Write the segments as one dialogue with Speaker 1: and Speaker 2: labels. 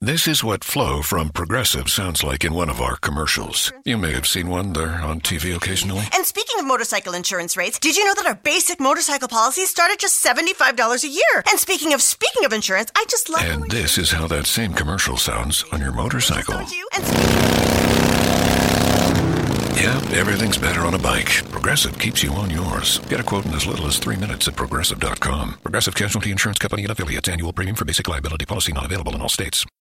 Speaker 1: This is what Flow from Progressive sounds like in one of our commercials. You may have seen one there on TV occasionally.
Speaker 2: And speaking of motorcycle insurance rates, did you know that our basic motorcycle policy start at just $75 a year? And speaking of speaking of insurance, I just love
Speaker 1: And this is how that same commercial sounds on your motorcycle.
Speaker 2: Don't you? And speaking
Speaker 1: Yeah, everything's better on a bike. Progressive keeps you on yours. Get a quote in as little as three minutes at progressive.com. Progressive Casualty Insurance Company and affiliates. Annual premium for basic liability policy not available in all states.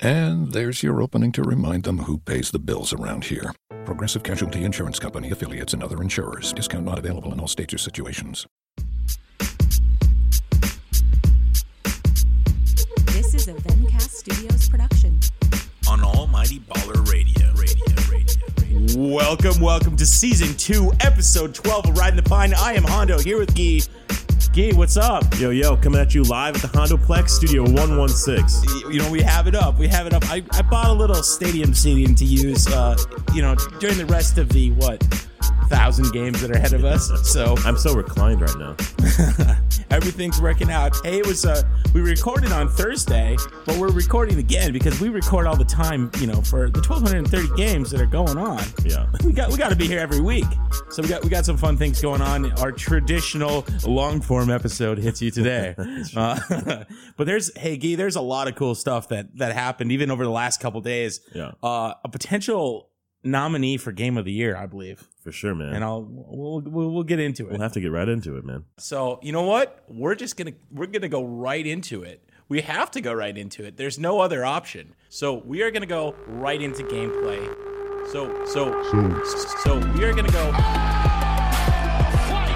Speaker 1: And there's your opening to remind them who pays the bills around here. Progressive Casualty Insurance Company, affiliates, and other insurers. Discount not available in all states or situations.
Speaker 3: This is a Vencast Studios production.
Speaker 4: on Almighty Baller Radio. Radio, radio, radio.
Speaker 5: Welcome, welcome to season two, episode 12 of Riding the Pine. I am Hondo here with Gee. Gee, what's up?
Speaker 6: Yo, yo, coming at you live at the Hondoplex Studio 116.
Speaker 5: Y- You know, we have it up. We have it up. I, I bought a little stadium stadium to use, uh, you know, during the rest of the, what, thousand games that are ahead of us. So
Speaker 6: I'm so reclined right now.
Speaker 5: everything's working out. Hey, it was, uh, we recorded on Thursday, but we're recording again because we record all the time, you know, for the 1,230 games that are going on.
Speaker 6: Yeah.
Speaker 5: we got we got to be here every week. So we got we got some fun things going on. Our traditional long form episode hits you today. Uh, but there's hey Gee, there's a lot of cool stuff that that happened even over the last couple days.
Speaker 6: Yeah.
Speaker 5: Uh, a potential nominee for game of the year, I believe,
Speaker 6: For sure, man.
Speaker 5: and I'll we'll we'll, we'll get into it.
Speaker 6: we'll have to get right into it, man.
Speaker 5: So you know what? We're just gonna we're gonna go right into it. We have to go right into it. There's no other option. So we are gonna go right into gameplay. So so so, so we are gonna go.
Speaker 7: Flight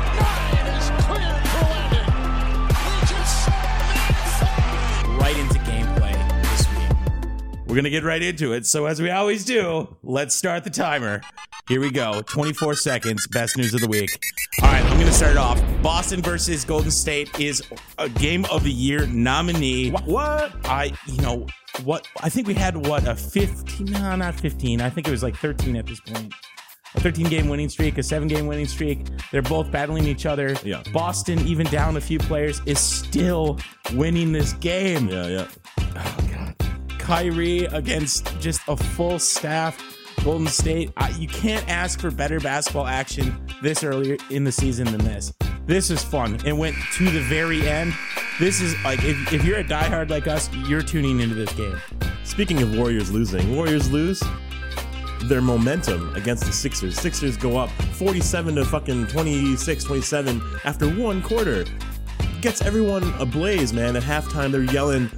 Speaker 7: 9 is cleared for landing. Legion 7
Speaker 5: right into gameplay this week. We're going to get right into it. So, as we always do, let's start the timer. Here we go 24 seconds, best news of the week. All right, I'm going to start it off. Boston versus Golden State is a game of the year nominee.
Speaker 6: What?
Speaker 5: I, you know, what I think we had what a 15, no, not 15. I think it was like 13 at this point. A 13 game winning streak, a seven game winning streak. They're both battling each other.
Speaker 6: Yeah.
Speaker 5: Boston, even down a few players, is still winning this game.
Speaker 6: Yeah, yeah.
Speaker 5: Kyrie against just a full staff Golden State. I, you can't ask for better basketball action this earlier in the season than this. This is fun. It went to the very end. This is like if, if you're a diehard like us, you're tuning into this game.
Speaker 6: Speaking of Warriors losing, Warriors lose their momentum against the Sixers. Sixers go up 47 to fucking 26, 27 after one quarter. Gets everyone ablaze, man. At halftime, they're yelling,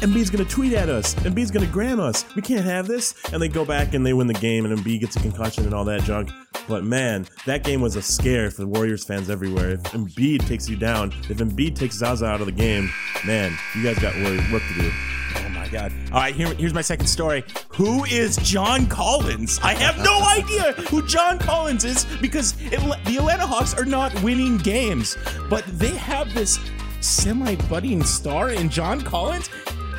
Speaker 6: Embiid's gonna tweet at us. Embiid's gonna gram us. We can't have this. And they go back and they win the game, and Embiid gets a concussion and all that junk. But man, that game was a scare for Warriors fans everywhere. If Embiid takes you down, if Embiid takes Zaza out of the game, man, you guys got wor- work to do.
Speaker 5: Oh my god! All right, here, here's my second story. Who is John Collins? I have no idea who John Collins is because it, the Atlanta Hawks are not winning games, but they have this semi-budding star in John Collins.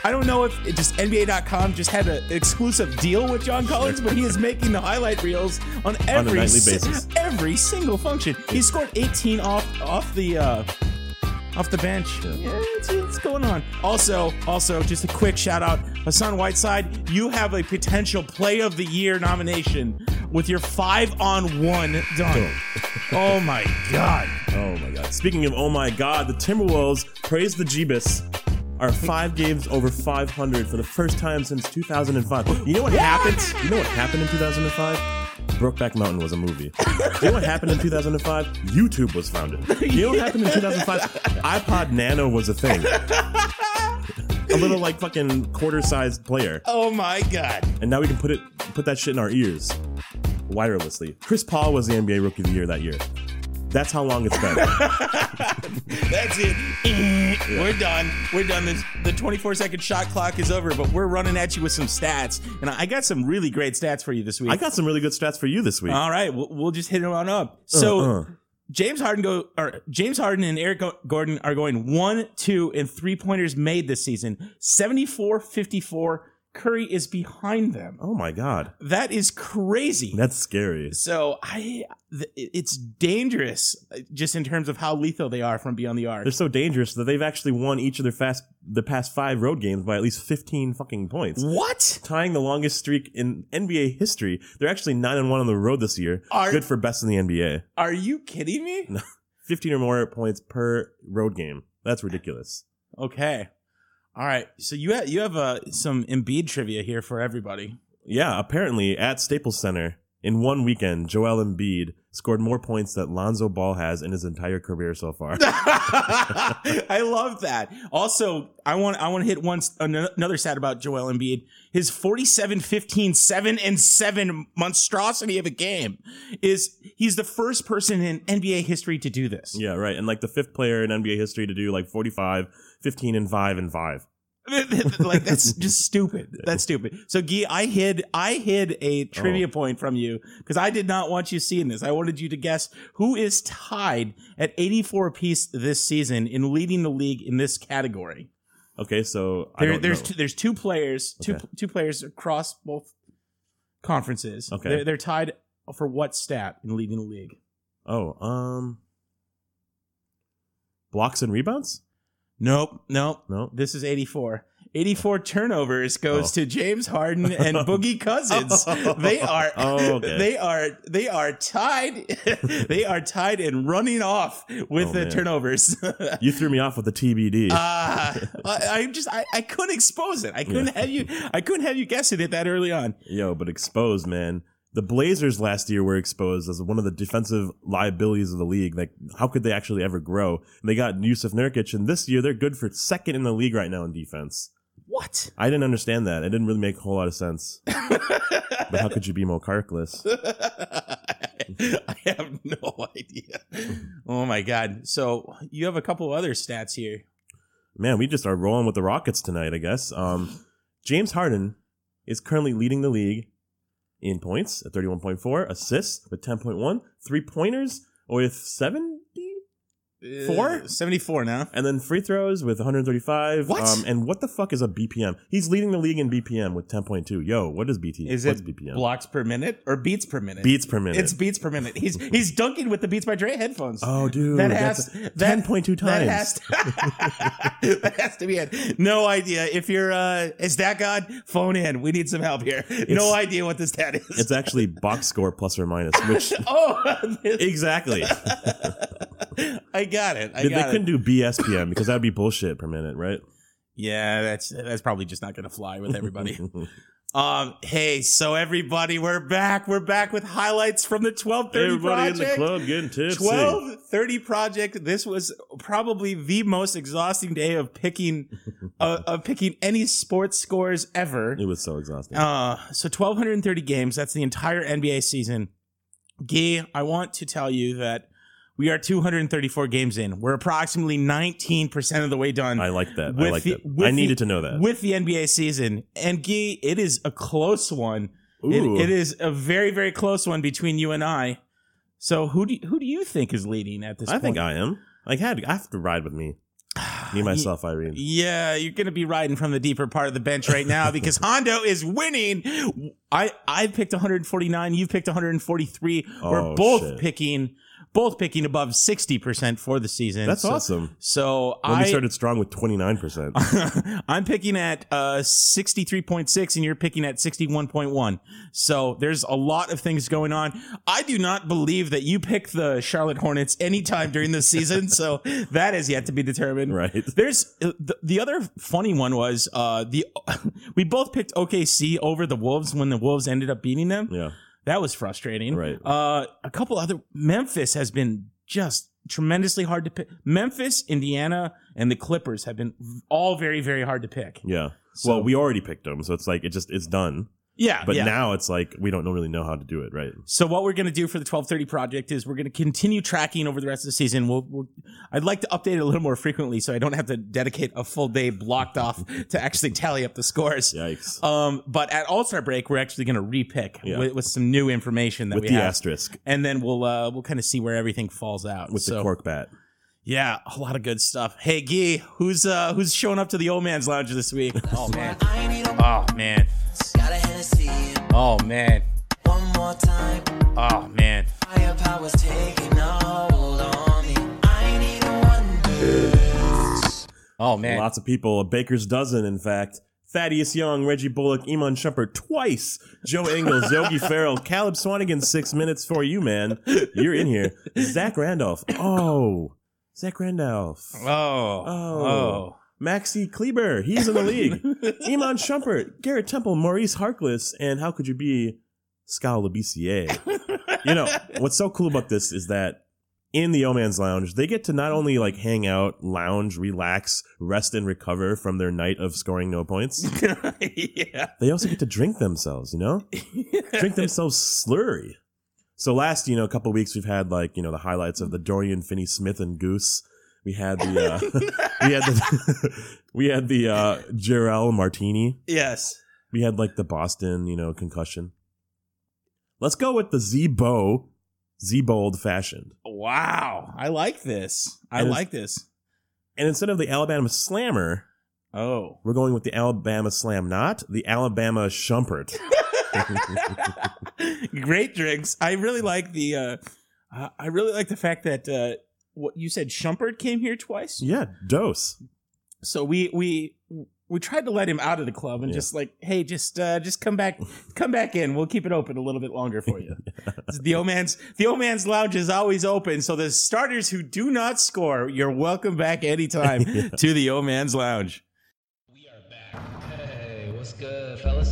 Speaker 5: I don't know if it just NBA.com just had an exclusive deal with John Collins, but he is making the highlight reels on every
Speaker 6: nightly
Speaker 5: si-
Speaker 6: basis.
Speaker 5: every single function. He scored 18 off off the. Uh, off the bench. Yeah, it's, it's going on. Also, also, just a quick shout out, Hassan Whiteside. You have a potential Play of the Year nomination with your five on one dunk. oh my god!
Speaker 6: Oh my god. Speaking of oh my god, the Timberwolves praise the Jeebus are five games over 500 for the first time since 2005. You know what happened? You know what happened in 2005? Brokeback Mountain was a movie. You know what happened in 2005? YouTube was founded. You know what happened in 2005? iPod Nano was a thing. A little like fucking quarter-sized player
Speaker 5: Oh my god!
Speaker 6: and now we can put it put that shit in our ears wirelessly. Chris Paul was the NBA Rookie of the Year that year. That's how long it's been.
Speaker 5: That's it. We're done. We're done. This the 24 second shot clock is over, but we're running at you with some stats, and I got some really great stats for you this week.
Speaker 6: I got some really good stats for you this week.
Speaker 5: All right, we'll, we'll just hit it on up. So.
Speaker 6: Uh, uh.
Speaker 5: James Harden go or James Harden and Eric Go- Gordon are going one, two, and three pointers made this season. 74 54. Curry is behind them.
Speaker 6: Oh my god,
Speaker 5: That is crazy.
Speaker 6: that's scary.
Speaker 5: so I, th- it's dangerous uh, just in terms of how lethal they are from beyond the arc.
Speaker 6: They're so dangerous that they've actually won each of their fast the past five road games by at least fifteen fucking points.
Speaker 5: Mm. What?
Speaker 6: Tying the longest streak in NBA history. They're actually nine and one on the road this year.
Speaker 5: Are-
Speaker 6: Good for best in the NBA.
Speaker 5: Are you kidding me?
Speaker 6: Fifteen or more points per road game. That's ridiculous.
Speaker 5: Okay. All right. So you have you have uh, some Embiid trivia here for everybody.
Speaker 6: Yeah, apparently at Staples Center in one weekend, Joel Embiid scored more points that Lonzo Ball has in his entire career so far.
Speaker 5: I love that. Also, I want I want to hit one an- another stat about Joel Embiid. His 47 15 7 and 7 monstrosity of a game is he's the first person in NBA history to do this.
Speaker 6: yeah, right. And like the fifth player in NBA history to do like 45, 15 and 5 and 5.
Speaker 5: like that's just stupid. That's stupid. So Guy, I hid I hid a trivia point from you because I did not want you seeing this. I wanted you to guess who is tied at 84 apiece this season in leading the league in this category.
Speaker 6: Okay, so I
Speaker 5: There,
Speaker 6: don't
Speaker 5: there's
Speaker 6: know.
Speaker 5: two, there's two players, two
Speaker 6: Okay.
Speaker 5: two players across both conferences.
Speaker 6: Okay.
Speaker 5: they're, they're tied for what stat in leading the league?
Speaker 6: Oh, um blocks and rebounds?
Speaker 5: Nope, nope.
Speaker 6: No.
Speaker 5: This is 84. 84 turnovers goes
Speaker 6: Oh.
Speaker 5: to James Harden and Boogie Cousins. They are
Speaker 6: Oh, okay.
Speaker 5: they are they are tied they are tied and running off with
Speaker 6: Oh,
Speaker 5: the
Speaker 6: man.
Speaker 5: turnovers.
Speaker 6: You threw me off with the TBD.
Speaker 5: Ah, I, I just I, I couldn't expose it. I couldn't have you I couldn't have you guessing it that early on.
Speaker 6: Yo, but exposed, man. The Blazers last year were exposed as one of the defensive liabilities of the league. Like, how could they actually ever grow? And they got Yusuf Nurkic, and this year they're good for second in the league right now in defense.
Speaker 5: What?
Speaker 6: I didn't understand that. It didn't really make a whole lot of sense. but how could you be more carcless?
Speaker 5: I have no idea. Oh my god. So you have a couple other stats here.
Speaker 6: Man, we just are rolling with the Rockets tonight, I guess. Um, James Harden is currently leading the league in points at 31.4, assists with 10.1, three pointers with 70? Four?
Speaker 5: Uh, 74 now.
Speaker 6: And then free throws with 135.
Speaker 5: What?
Speaker 6: Um, and what the fuck is a BPM? He's leading the league in BPM with 10.2. Yo, what is BT?
Speaker 5: Is
Speaker 6: What's
Speaker 5: it
Speaker 6: BPM?
Speaker 5: blocks per minute or beats per minute?
Speaker 6: Beats per minute.
Speaker 5: It's beats per minute. He's he's dunking with the Beats by Dre headphones.
Speaker 6: oh, dude.
Speaker 5: that has
Speaker 6: that's
Speaker 5: that-
Speaker 6: 10.2 times.
Speaker 5: That has, to, that has to be it. No idea. If you're uh is that God, phone in. We need some help here. no idea what this stat is.
Speaker 6: it's actually box score plus or minus, which
Speaker 5: oh this-
Speaker 6: exactly.
Speaker 5: I got it. I
Speaker 6: They- they
Speaker 5: got it.
Speaker 6: couldn't do BSPM because that would be bullshit per minute, right?
Speaker 5: Yeah, that's that's probably just not gonna fly with everybody. um, hey, so everybody, we're back. We're back with highlights from the twelve thirty
Speaker 6: Everybody
Speaker 5: project.
Speaker 6: in the club getting tipsy.
Speaker 5: 1230 project this was probably the most exhausting day of picking uh, of picking any sports scores ever
Speaker 6: It was so exhausting.
Speaker 5: uh so 1230 games that's the entire nba season gee i want to tell you that we are 234 games in we're approximately 19% of the way done
Speaker 6: I like that. I
Speaker 5: with
Speaker 6: like
Speaker 5: the-
Speaker 6: that.
Speaker 5: with
Speaker 6: I needed
Speaker 5: the-
Speaker 6: to know that.
Speaker 5: with the NBA season. And Guy, it is a close one. It,
Speaker 6: Ooh.
Speaker 5: it is a very, very close one between you and I. So who do you, who do you think is leading at this
Speaker 6: I
Speaker 5: point?
Speaker 6: think I am. I had. I have to ride with me. Me myself, Irene.
Speaker 5: Yeah, you're going to be riding from the deeper part of the bench right now because Hondo is winning. I I picked 149, you picked 143. We're
Speaker 6: Oh,
Speaker 5: both
Speaker 6: shit.
Speaker 5: picking both picking above 60% for the season.
Speaker 6: That's
Speaker 5: So-
Speaker 6: awesome.
Speaker 5: So
Speaker 6: When
Speaker 5: I
Speaker 6: we started strong with 29%.
Speaker 5: I'm picking at uh, 63.6 and you're picking at 61.1. So there's a lot of things going on. I do not believe that you pick the Charlotte Hornets anytime during the season. so that is yet to be determined.
Speaker 6: Right.
Speaker 5: There's uh, the, the other funny one was uh, the we both picked OKC over the Wolves when the Wolves ended up beating them.
Speaker 6: yeah.
Speaker 5: That was frustrating.
Speaker 6: Right.
Speaker 5: Uh, a couple other Memphis has been just tremendously hard to pick. Memphis, Indiana, and the Clippers have been all very, very hard to pick.
Speaker 6: Yeah.
Speaker 5: So-
Speaker 6: well, we already picked them, so it's like it just it's done.
Speaker 5: Yeah,
Speaker 6: But
Speaker 5: yeah.
Speaker 6: now it's like we don't really know how to do it, right?
Speaker 5: So what we're going to do for the 1230 project is we're going to continue tracking over the rest of the season. We'll, we'll I'd like to update it a little more frequently so I don't have to dedicate a full day blocked off to actually tally up the scores.
Speaker 6: Yikes.
Speaker 5: Um, but at All-Star break, we're actually going to repick
Speaker 6: Yeah.
Speaker 5: with, with some new information that
Speaker 6: With
Speaker 5: we
Speaker 6: the
Speaker 5: have.
Speaker 6: asterisk.
Speaker 5: And then we'll uh, we'll kind of see where everything falls out.
Speaker 6: With the
Speaker 5: So,
Speaker 6: cork bat.
Speaker 5: Yeah, a lot of good stuff. Hey Gee, who's uh who's showing up to the old man's lounge this week? Oh man. Oh man.
Speaker 8: Got a Hennessy and
Speaker 5: Oh man.
Speaker 8: one more time.
Speaker 5: Oh man.
Speaker 8: Firepower's taking a hold on me. I need a one.
Speaker 5: Oh man.
Speaker 6: Lots of people, a baker's dozen, in fact. Thaddeus Young, Reggie Bullock, Iman Shumpert twice, Joe Ingles, Yogi Farrell, Caleb Swanigan, six minutes for you, man. You're in here. Zach Randolph. Oh, Zach Randolph.
Speaker 5: Oh.
Speaker 6: Oh. Maxi Kleber, he's in the league. Iman Shumpert, Garrett Temple, Maurice Harkless, and how could you be Scal LaBissiere? you know, what's so cool about this is that in the O Man's Lounge, they get to not only like hang out, lounge, relax, rest and recover from their night of scoring no points,
Speaker 5: yeah.
Speaker 6: they also get to drink themselves, you know? drink themselves slurry. So last, you know, a couple weeks we've had like, you know, the highlights of the Dorian Finney Smith and Goose. We had the uh, we had the we had the uh Jarrell Martini.
Speaker 5: Yes.
Speaker 6: We had like the Boston, you know, concussion. Let's go with the Z Bow. Z bold fashioned.
Speaker 5: Wow. I like this. I
Speaker 6: And it's-
Speaker 5: like this.
Speaker 6: And instead of the Alabama Slammer,
Speaker 5: Oh.
Speaker 6: we're going with the Alabama Slam not, the Alabama Shumpert.
Speaker 5: Great drinks. I really like the uh I- I really like the fact that uh what you said Shumpert came here twice.
Speaker 6: yeah, dose.
Speaker 5: so we we we tried to let him out of the club and
Speaker 6: Yeah.
Speaker 5: just like hey just uh just come back come back in we'll keep it open a little bit longer for you the old man's the old man's lounge is always open so the starters who do not score you're welcome back anytime to the old man's lounge
Speaker 9: We are back. Hey, what's good, fellas?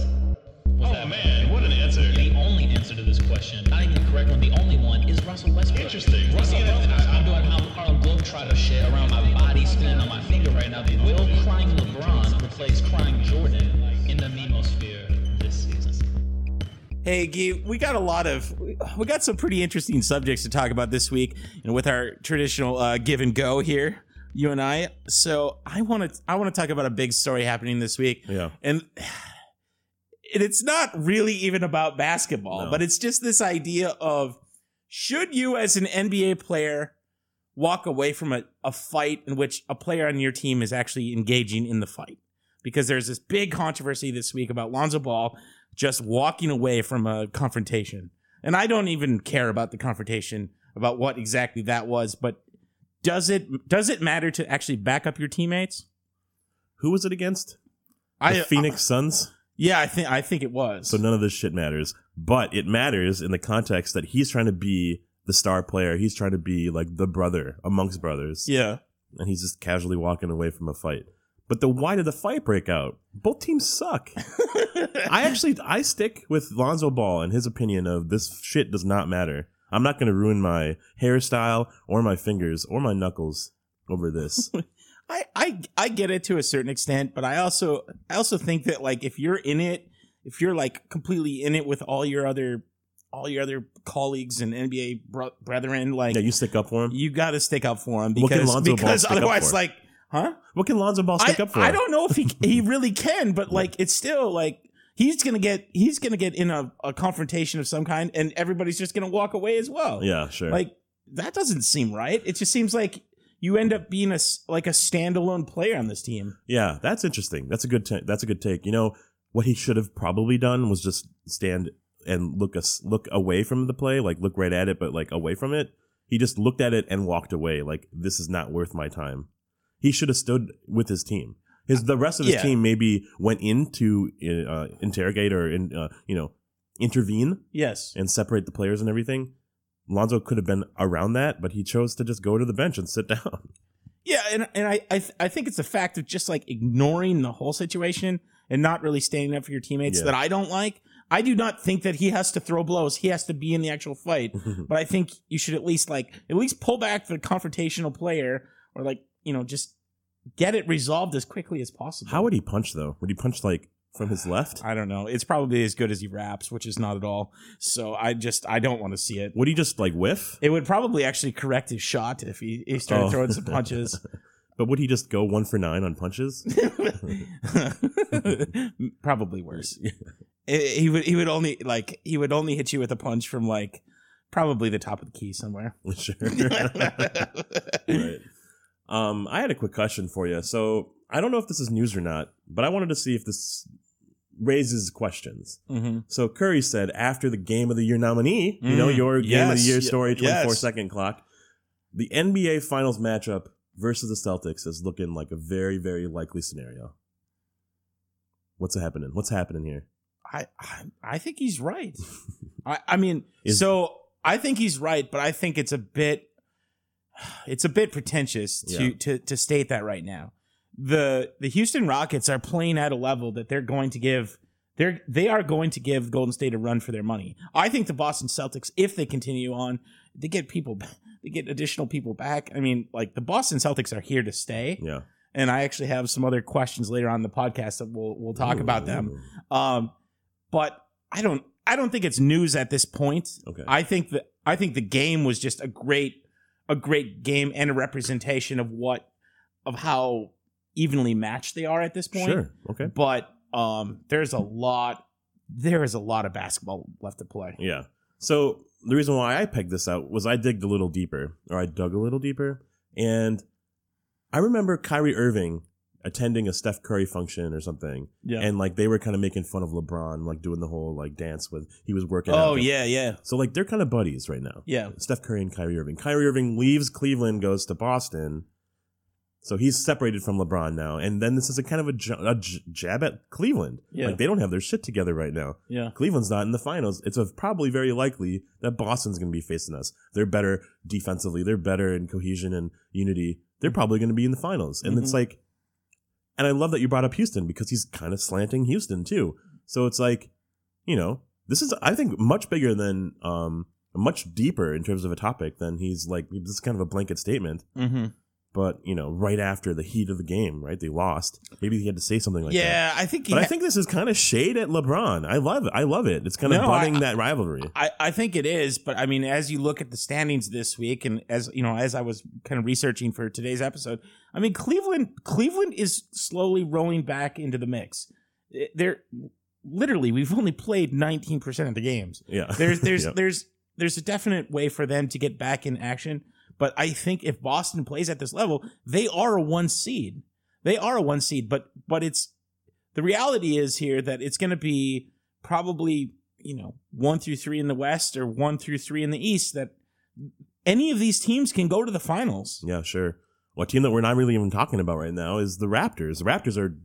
Speaker 7: Oh man, what an answer.
Speaker 9: The only answer to this question, not even the correct one, the only one is Russell Westbrook.
Speaker 7: Interesting.
Speaker 9: Russell
Speaker 7: Yeah,
Speaker 9: Westbrook.
Speaker 7: I- I-
Speaker 9: I'm doing how Harlem Globetrotter shit around my body, spinning on my finger right now. Will crying LeBron replace crying Jordan in the memosphere this season?
Speaker 5: Hey, Guy, we got a lot of, we got some pretty interesting subjects to talk about this week, and with our traditional uh, give and go here, you and I. So I want to, I want to talk about a big story happening this week.
Speaker 6: Yeah.
Speaker 5: and and it's not really even about basketball,
Speaker 6: No.
Speaker 5: but it's just this idea of should you, as an NBA player, walk away from a, a fight in which a player on your team is actually engaging in the fight? Because there's this big controversy this week about Lonzo Ball just walking away from a confrontation. And I don't even care about the confrontation, about what exactly that was, but does it does it matter to actually back up your teammates?
Speaker 6: Who was it against? The
Speaker 5: I uh,
Speaker 6: Phoenix Suns?
Speaker 5: yeah, I think I think it was.
Speaker 6: So none of this shit matters. But it matters in the context that he's trying to be the star player. He's trying to be like the brother amongst brothers.
Speaker 5: yeah.
Speaker 6: And he's just casually walking away from a fight. But the why did the fight break out? Both teams suck. I actually I stick with Lonzo Ball and his opinion of this shit does not matter. I'm not gonna ruin my hairstyle or my fingers or my knuckles over this.
Speaker 5: I, I I get it to a certain extent, but I also I also think that like if you're in it, if you're like completely in it with all your other all your other colleagues and NBA bro- brethren, like
Speaker 6: yeah, you stick up for him.
Speaker 5: you got to stick up for him
Speaker 6: What can
Speaker 5: because
Speaker 6: Lonzo Ball
Speaker 5: because
Speaker 6: stick up
Speaker 5: otherwise,
Speaker 6: for?
Speaker 5: like, huh?
Speaker 6: What can Lonzo Ball stick
Speaker 5: I,
Speaker 6: up for?
Speaker 5: I don't know if he he really can, but like it's still like he's gonna get he's gonna get in a, a confrontation of some kind, and everybody's just gonna walk away as well.
Speaker 6: Yeah, sure.
Speaker 5: Like that doesn't seem right. It just seems like you end up being a s- like a standalone player on this team.
Speaker 6: Yeah, that's interesting. That's a good. ta that's a good take. You know what he should have probably done was just stand and look us look away from the play, like look right at it, but like away from it. He just looked at it and walked away. Like this is not worth my time. He should have stood with his team. His the rest of his
Speaker 5: Yeah.
Speaker 6: team maybe went in to uh, interrogate or in, uh, you know intervene
Speaker 5: Yes.
Speaker 6: and separate the players and everything. Lonzo could have been around that, but he chose to just go to the bench and sit down.
Speaker 5: Yeah, and and I I, th- I think it's a fact of just like ignoring the whole situation and not really standing up for your teammates
Speaker 6: Yeah.
Speaker 5: that I don't like. I do not think that he has to throw blows. He has to be in the actual fight. but I think you should at least like at least pull back the confrontational player or like, you know, just get it resolved as quickly as possible.
Speaker 6: How would he punch though? Would he punch like from his left?
Speaker 5: I don't know. It's probably as good as he raps, which is not at all. So I just I don't want to see it.
Speaker 6: Would he just like whiff?
Speaker 5: It would probably actually correct his shot if he, he started
Speaker 6: Oh.
Speaker 5: throwing some punches.
Speaker 6: But would he just go one for nine on punches?
Speaker 5: probably worse. Eh, he would he would only like he would only hit you with a punch from like probably the top of the key somewhere. Mm-hmm.
Speaker 6: sure. right. Um, I had a quick question for you. So I don't know if this is news or not, but I wanted to see if this raises questions.
Speaker 5: Mm-hmm.
Speaker 6: So Curry said after the Game of the Year nominee, you know,
Speaker 5: Mm,
Speaker 6: your Game of the
Speaker 5: yes,
Speaker 6: Year
Speaker 5: y-
Speaker 6: story,
Speaker 5: yes.
Speaker 6: twenty four second clock, the NBA Finals matchup versus the Celtics is looking like a very, very likely scenario. What's happening? What's happening here?
Speaker 5: I, I I think he's right. I I mean,
Speaker 6: Is-
Speaker 5: so I think he's right, but I think it's a bit it's a bit pretentious to
Speaker 6: Yeah.
Speaker 5: to to state that right now. The the Houston Rockets are playing at a level that they're going to give they're they are going to give Golden State a run for their money. I think the Boston Celtics if they continue on, they get people they get additional people back. I mean, like the Boston Celtics are here to stay
Speaker 6: Yeah.
Speaker 5: and I actually have some other questions later on in the podcast that we'll we'll talk about them. Um, but I don't I don't think it's news at this point.
Speaker 6: Okay.
Speaker 5: I think that I think the game was just a great a great game and a representation of what of how evenly matched they are at this point.
Speaker 6: Sure. Okay.
Speaker 5: But um there's a lot there is a lot of basketball left to play.
Speaker 6: Yeah. So the reason why I pegged this out was I digged a little deeper, or I dug a little deeper, and I remember Kyrie Irving attending a Steph Curry function or something,
Speaker 5: Yeah.
Speaker 6: and like they were kind of making fun of LeBron, like doing the whole like dance with he was working. out.
Speaker 5: oh yeah, yeah.
Speaker 6: So like they're kind of buddies right now.
Speaker 5: Yeah.
Speaker 6: Steph Curry and Kyrie Irving. Kyrie Irving leaves Cleveland, goes to Boston. So he's separated from LeBron now, and then this is a kind of a, j- a j- jab at Cleveland.
Speaker 5: Yeah.
Speaker 6: Like they don't have their shit together right now.
Speaker 5: Yeah.
Speaker 6: Cleveland's not in the finals. It's a, probably very likely that Boston's going to be facing us. They're better defensively. They're better in cohesion and unity. They're probably going to be in the finals. And it's like, and I love that you brought up Houston because he's kind of slanting Houston too. So it's like, you know, this is I think much bigger than um much deeper in terms of a topic than he's like this is kind of a blanket statement.
Speaker 5: Mm-hmm.
Speaker 6: But you know, right after the heat of the game, right? They lost. Maybe he had to say something like that.
Speaker 5: yeah, I think he
Speaker 6: But I
Speaker 5: ha-
Speaker 6: think this is kind of shade at LeBron. I love it. I love it. It's kind of
Speaker 5: No,
Speaker 6: budding
Speaker 5: I-
Speaker 6: that rivalry.
Speaker 5: I, I think it is, but I mean, as you look at the standings this week, and as you know, as I was kind of researching for today's episode, I mean, Cleveland, Cleveland is slowly rolling back into the mix. Eh, They're literally we've only played nineteen percent of the games.
Speaker 6: Yeah.
Speaker 5: There's there's
Speaker 6: Yeah.
Speaker 5: there's there's a definite way for them to get back in action, but I think if Boston plays at this level, they are a one seed. They are a one seed, but but it's the reality is here that it's going to be probably you know one through three in the West or one through three in the East that any of these teams can go to the finals.
Speaker 6: Yeah, sure. Well, a team that we're not really even talking about right now is the Raptors. The Raptors are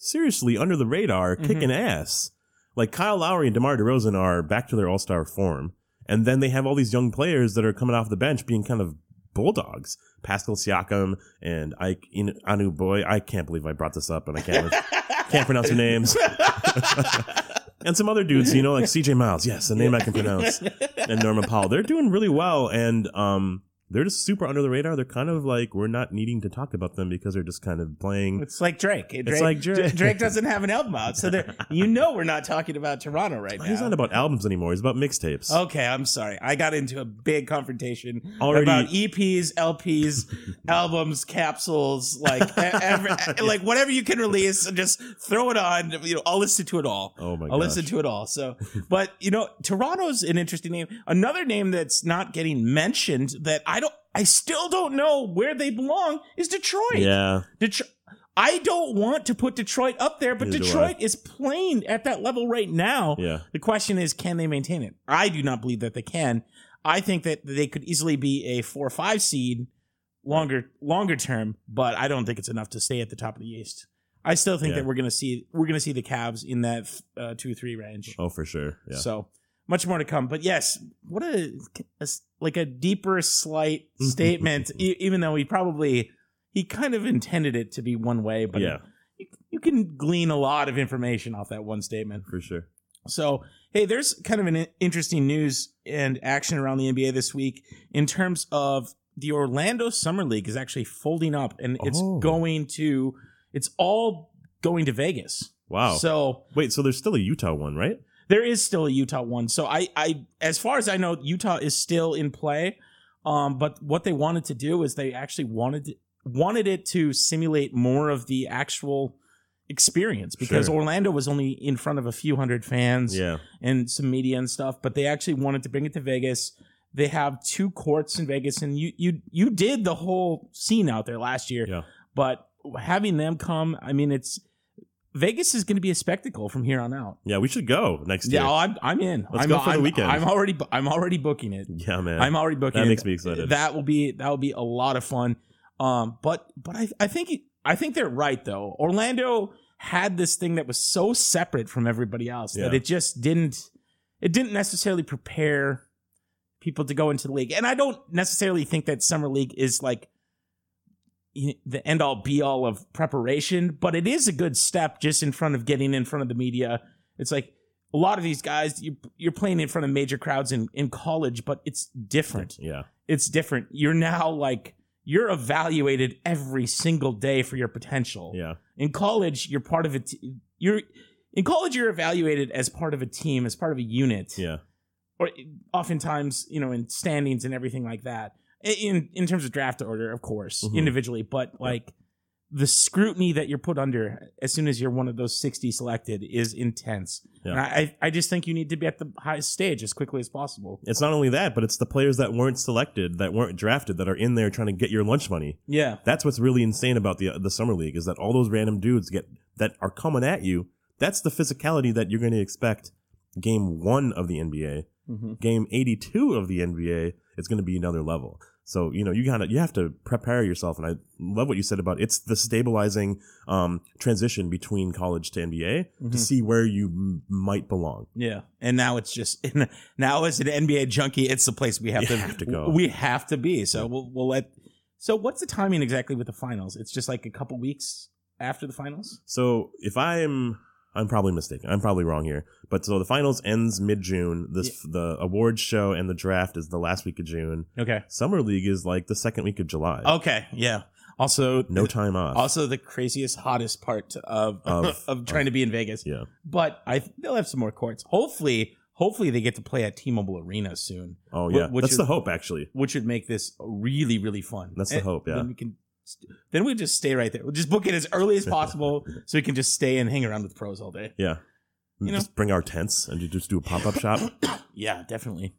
Speaker 6: seriously under the radar,
Speaker 5: Mm-hmm.
Speaker 6: kicking ass. Like Kyle Lowry and DeMar DeRozan are back to their All Star form, and then they have all these young players that are coming off the bench being kind of bulldogs. Pascal Siakam and Ike In- Anu Boy. I can't believe I brought this up, and I can't can't pronounce their names. and some other dudes, you know, like CJ Miles. Yes, a name I can pronounce. And Norman Powell. They're doing really well, and um, they're just super under the radar. They're kind of like we're not needing to talk about them because they're just kind of playing.
Speaker 5: It's like Drake. Drake
Speaker 6: like Drake.
Speaker 5: Drake doesn't have an album out, so there- you know we're not talking about Toronto right now.
Speaker 6: He's not about albums anymore. He's about mixtapes.
Speaker 5: Okay, I'm sorry. I got into a big confrontation
Speaker 6: Already-
Speaker 5: about E EPs, LPs, albums, capsules, like e- every, like whatever you can release, and just throw it on. You know, I'll listen to it all.
Speaker 6: Oh my
Speaker 5: I'll listen
Speaker 6: gosh.
Speaker 5: to it all. So, but you know, Toronto's an interesting name. Another name that's not getting mentioned that I don't, I still don't know where they belong is Detroit.
Speaker 6: Yeah.
Speaker 5: Detroit. I don't want to put Detroit up there, but
Speaker 6: Neither do I.
Speaker 5: Detroit is playing at that level right now.
Speaker 6: Yeah.
Speaker 5: The question is, can they maintain it? I do not believe that they can. I think that they could easily be a four or five seed longer longer term, but I don't think it's enough to stay at the top of the East. I still think
Speaker 6: Yeah.
Speaker 5: that we're gonna see we're gonna see the Cavs in that uh, two three range.
Speaker 6: Oh, for sure. Yeah.
Speaker 5: So much more to come. But yes, what a, a s- like a deeper, slight statement. e- even though he probably he kind of intended it to be one way, but
Speaker 6: yeah,
Speaker 5: you, you can glean a lot of information off that one statement.
Speaker 6: for sure.
Speaker 5: So, hey, there's kind of an in- interesting news and action around the NBA this week in terms of the Orlando Summer League is actually folding up and it's
Speaker 6: Oh.
Speaker 5: going to it's all going to Vegas.
Speaker 6: Wow.
Speaker 5: So
Speaker 6: Wait, so there's still a Utah one, right?
Speaker 5: there is still a Utah one. So I, I, as far as I know, Utah is still in play. Um, but what they wanted to do is they actually wanted wanted it to simulate more of the actual experience because
Speaker 6: Sure.
Speaker 5: Orlando was only in front of a few hundred fans
Speaker 6: Yeah.
Speaker 5: and some media and stuff, but they actually wanted to bring it to Vegas. They have two courts in Vegas, and you you you did the whole scene out there last year.
Speaker 6: Yeah.
Speaker 5: But having them come, I mean, it's Vegas is going to be a spectacle from here on out.
Speaker 6: Yeah, we should go next
Speaker 5: Yeah,
Speaker 6: year.
Speaker 5: I'm I'm in.
Speaker 6: Let's
Speaker 5: I'm,
Speaker 6: go for the
Speaker 5: I'm-
Speaker 6: weekend.
Speaker 5: I'm already bu- I'm already booking it.
Speaker 6: yeah, man.
Speaker 5: I'm already booking.
Speaker 6: That
Speaker 5: it.
Speaker 6: makes me excited.
Speaker 5: That will be that will be a lot of fun. Um, but but I I think it- I think they're right though. Orlando had this thing that was so separate from everybody else that
Speaker 6: Yeah.
Speaker 5: it just didn't it didn't necessarily prepare people to go into the league. And I don't necessarily think that summer league is like you know, the end all be all of preparation, but it is a good step just in front of getting in front of the media. It's like a lot of these guys you, you're playing in front of major crowds in, in college, but it's different.
Speaker 6: yeah.
Speaker 5: It's different. You're now like you're evaluated every single day for your potential.
Speaker 6: Yeah.
Speaker 5: In college, you're part of a t- you're in college you're evaluated as part of a team, as part of a unit
Speaker 6: Yeah.
Speaker 5: or oftentimes you know in standings and everything like that in in terms of draft order of course
Speaker 6: Mhm.
Speaker 5: individually but like the scrutiny that you're put under as soon as you're one of those 60 selected is intense
Speaker 6: Yeah.
Speaker 5: and I, I just think you need to be at the highest stage as quickly as possible
Speaker 6: It's not only that, but it's the players that weren't selected, that weren't drafted, that are in there trying to get your lunch money.
Speaker 5: yeah
Speaker 6: That's what's really insane about the the summer league is that all those random dudes get that are coming at you. That's the physicality that you're going to expect. Game one of the NBA, game 82 of the NBA, it's going to be another level. So you know you gotta you have to prepare yourself, and I love what you said about it's the stabilizing um, transition between college to NBA to see where you m- might belong.
Speaker 5: yeah and now it's just now as an nba junkie it's the place we have,
Speaker 6: You
Speaker 5: to,
Speaker 6: have to go.
Speaker 5: we have to be so we'll, we'll let so what's the timing exactly with the finals it's just like a couple weeks after the finals
Speaker 6: So if I'm I'm probably mistaken. I'm probably wrong here. But so the finals ends mid June. This the awards show and the draft is the last week of June.
Speaker 5: okay
Speaker 6: Summer league is like the second week of July.
Speaker 5: Okay, yeah. Also,
Speaker 6: No time off.
Speaker 5: Also, the craziest, hottest part of of,
Speaker 6: Of-
Speaker 5: trying to be in Vegas.
Speaker 6: yeah.
Speaker 5: But I think they'll have some more courts. Hopefully, hopefully they get to play at T-Mobile Arena soon.
Speaker 6: Oh
Speaker 5: Wh-
Speaker 6: yeah.
Speaker 5: which
Speaker 6: That's
Speaker 5: is-
Speaker 6: the hope actually.
Speaker 5: which would make this really, really fun.
Speaker 6: That's the
Speaker 5: And
Speaker 6: hope, yeah.
Speaker 5: Then we can, then we just stay right there. We'll just book it as early as possible so we can just stay and hang around with pros all day.
Speaker 6: Yeah.
Speaker 5: You know-
Speaker 6: just bring our tents and you just do a pop up shop.
Speaker 5: Yeah, definitely.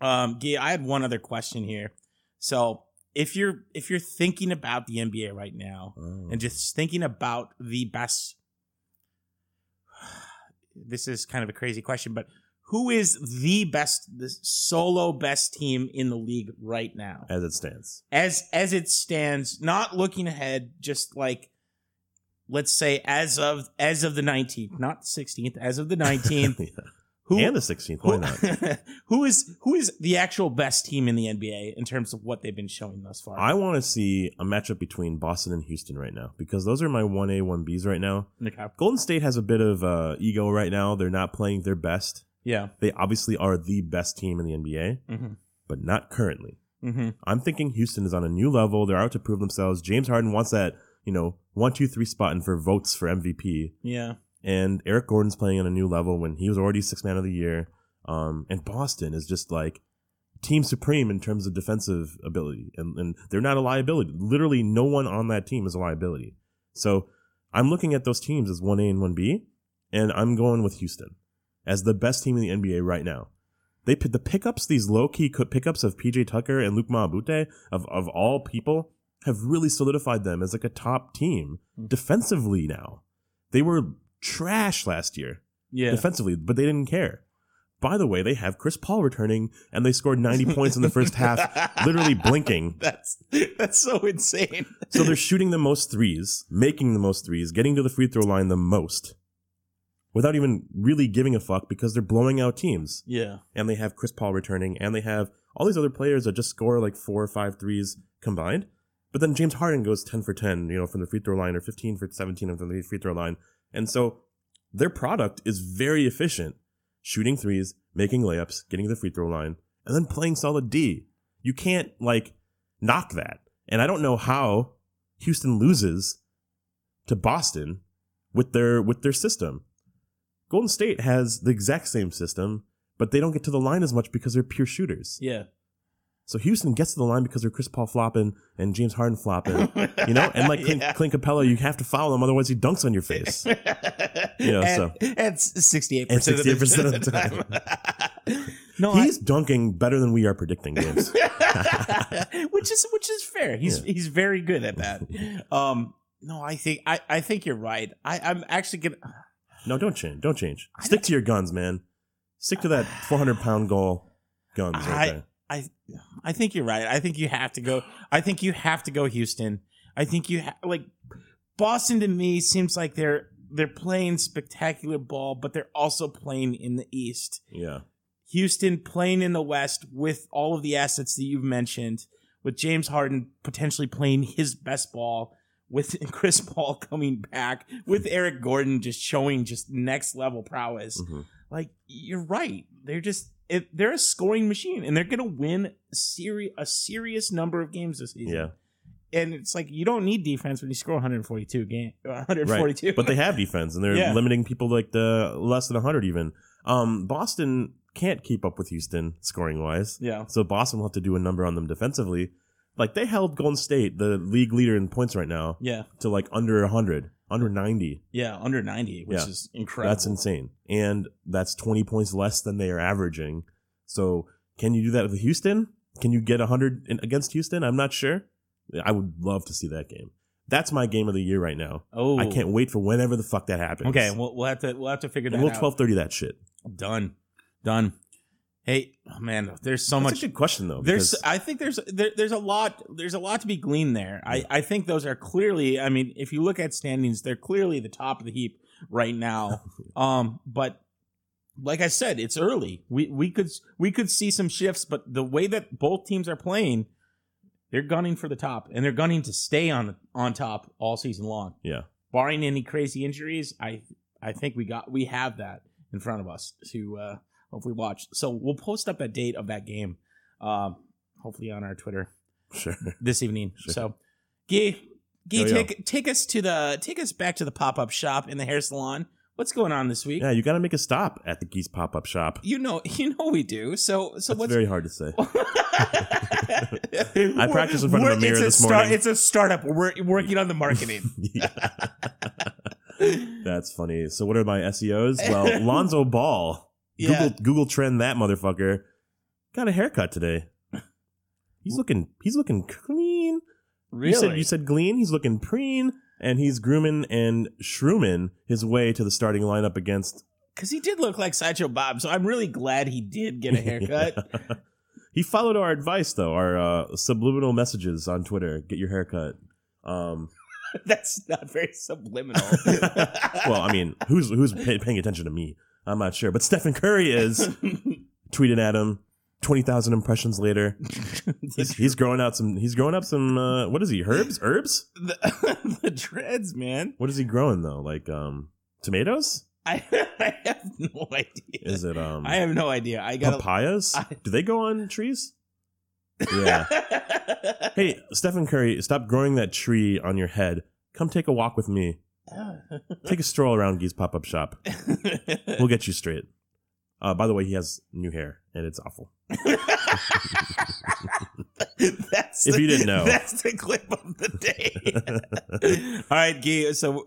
Speaker 5: Um, Gee, I had one other question here. So if you're if you're thinking about the NBA right now
Speaker 6: Oh.
Speaker 5: and just thinking about the best, this is kind of a crazy question, but who is the best, the solo best team in the league right now?
Speaker 6: As it stands.
Speaker 5: as as it stands, not looking ahead, just like let's say as of as of the nineteenth, not the sixteenth, as of the nineteenth.
Speaker 6: Yeah.
Speaker 5: Who
Speaker 6: And the sixteenth,
Speaker 5: who,
Speaker 6: why not?
Speaker 5: who is who is the actual best team in the NBA in terms of what they've been showing thus far?
Speaker 6: I want to see a matchup between Boston and Houston right now because those are my one A, one Bs right now.
Speaker 5: Okay.
Speaker 6: Golden State has a bit of uh, ego right now. They're not playing their best.
Speaker 5: Yeah.
Speaker 6: They obviously are the best team in the NBA,
Speaker 5: Mhm.
Speaker 6: but not currently.
Speaker 5: Mm-hmm.
Speaker 6: I'm thinking Houston is on a new level. They're out to prove themselves. James Harden wants that, you know, one, two, three spot and for votes for MVP.
Speaker 5: Yeah.
Speaker 6: And Eric Gordon's playing on a new level when he was already six man of the year. Um, and Boston is just like team supreme in terms of defensive ability. And, and they're not a liability. Literally, no one on that team is a liability. So I'm looking at those teams as 1A and 1B, and I'm going with Houston as the best team in the NBA right now. They pi- the pickups, these low key pickups of PJ Tucker and Luke Maabute of of all people, have really solidified them as like a top team defensively. Now they were trash last year
Speaker 5: Yeah.
Speaker 6: defensively, but they didn't care. By the way, they have Chris Paul returning, and they scored 90 points in the first half, literally blinking.
Speaker 5: that's that's so insane.
Speaker 6: So they're shooting the most threes, making the most threes, getting to the free throw line the most without even really giving a fuck because they're blowing out teams.
Speaker 5: Yeah.
Speaker 6: And they have Chris Paul returning and they have all these other players that just score like four or five threes combined. But then James Harden goes 10 for 10, you know, from the free throw line or 15 for 17 from the free throw line. And so their product is very efficient shooting threes, making layups, getting to the free throw line, and then playing solid D. You can't like knock that. And I don't know how Houston loses to Boston with their with their system. Golden State has the exact same system, but they don't get to the line as much because they're pure shooters.
Speaker 5: Yeah.
Speaker 6: So Houston gets to the line because they're Chris Paul flopping and James Harden flopping, you know, and like Clint, Clint Capella, you have to foul him, otherwise he dunks on your face. You know, so.
Speaker 5: and sixty-eight
Speaker 6: And
Speaker 5: percent
Speaker 6: 68% of the time.
Speaker 5: no, I-
Speaker 6: He's dunking better than we are predicting games.
Speaker 5: which is which is fair. He's he's very good at that. Um, no, I think I, I think you're right. I I'm actually gonna.
Speaker 6: no, don't change. Don't change. Stick to your guns, man. Stick to that 400 pound goal guns right
Speaker 5: I,
Speaker 6: there.
Speaker 5: I I think you're right. I think you have to go. I think you have to go Houston. I think you ha- like Boston to me seems like they're they're playing spectacular ball, but they're also playing in the East.
Speaker 6: Yeah.
Speaker 5: Houston playing in the West with all of the assets that you've mentioned, with James Harden potentially playing his best ball, with Chris Paul coming back, with Eric Gordon just showing just next level prowess.
Speaker 6: Mm-hmm.
Speaker 5: Like you're right, they're just it, they're a scoring machine, and they're gonna win seri- a serious number of games this season.
Speaker 6: Yeah.
Speaker 5: and it's like you don't need defense when you score 142 game 142.
Speaker 6: Right. But they have defense and they're
Speaker 5: Yeah.
Speaker 6: limiting people like the less than 100 even. Um, Boston can't keep up with Houston scoring wise.
Speaker 5: yeah,
Speaker 6: So Boston will have to do a number on them defensively. Like they held Golden State, the league leader in points right now,
Speaker 5: yeah,
Speaker 6: to like under 100, under 90.
Speaker 5: yeah, under 90, which
Speaker 6: Yeah.
Speaker 5: is incredible.
Speaker 6: That's insane. And that's 20 points less than they are averaging. So can you do that with Houston? Can you get 100 in, against Houston? I'm not sure. I would love to see that game. That's my game of the year right now.
Speaker 5: Oh.
Speaker 6: I can't wait for whenever the fuck that happens.
Speaker 5: Okay, we'll, we'll have to we'll have to figure that
Speaker 6: and we'll
Speaker 5: out.
Speaker 6: 1230 that shit.
Speaker 5: Done, done. Hey, oh man, there's so
Speaker 6: That's
Speaker 5: much.
Speaker 6: a good question though.
Speaker 5: There's,
Speaker 6: because-
Speaker 5: I think there's there, there's a lot there's a lot to be gleaned there. I I think those are clearly. I mean, if you look at standings, they're clearly the top of the heap right now. um, but like I said, it's early. We we could we could see some shifts, but the way that both teams are playing, they're gunning for the top, and they're gunning to stay on on top all season long
Speaker 6: yeah.
Speaker 5: barring any crazy injuries, I I think we got we have that in front of us to uh, hopefully watch. So we'll post up that date of that game, um, hopefully on our Twitter
Speaker 6: Sure.
Speaker 5: this evening. So, Gee, Gee,
Speaker 6: Yo, yo.
Speaker 5: take take us to the take us back to the pop up shop in the hair salon. What's going on this week?
Speaker 6: Yeah, you got to make a stop at the Geese Pop Up Shop.
Speaker 5: You know, you know we do. So, so
Speaker 6: That's
Speaker 5: what's
Speaker 6: very hard to say.
Speaker 5: I
Speaker 6: practiced in front of a mirror this morning.
Speaker 5: It's a startup. We're working on the marketing.
Speaker 6: That's funny. So what are my SEOs? Well, Lonzo Ball.
Speaker 5: Yeah.
Speaker 6: Google Google trend that motherfucker. Got a haircut today. He's looking he's looking clean.
Speaker 5: really?
Speaker 6: You said you said clean, he's looking preen, and he's grooming and shrooming his way to the starting lineup against
Speaker 5: Because he did look like Sideshow Bob, so I'm really glad he did get a haircut.
Speaker 6: He followed our advice though, our uh, subliminal messages on Twitter. Get your haircut. Um,
Speaker 5: That's not very subliminal.
Speaker 6: well, I mean, who's who's pay- paying attention to me? I'm not sure, but Stephen Curry is tweeted at him. Twenty thousand impressions later, he's, he's growing out some. He's growing up some. Uh, what is he? Herbs? Herbs?
Speaker 5: the, the dreads, man.
Speaker 6: What is he growing though? Like um, tomatoes?
Speaker 5: I, I have no idea.
Speaker 6: Is it um,
Speaker 5: I have no idea. I got.
Speaker 6: papayas?
Speaker 5: I-
Speaker 6: Do they go on trees? Yeah. hey, Stephen Curry, stop growing that tree on your head. Come take a walk with me. Take a stroll around Gee's pop up shop. We'll get you straight. Uh, by the way, he has new hair, and it's awful.
Speaker 5: that's
Speaker 6: If
Speaker 5: the-
Speaker 6: you didn't know.
Speaker 5: that's the clip of the day. All right, Guy. So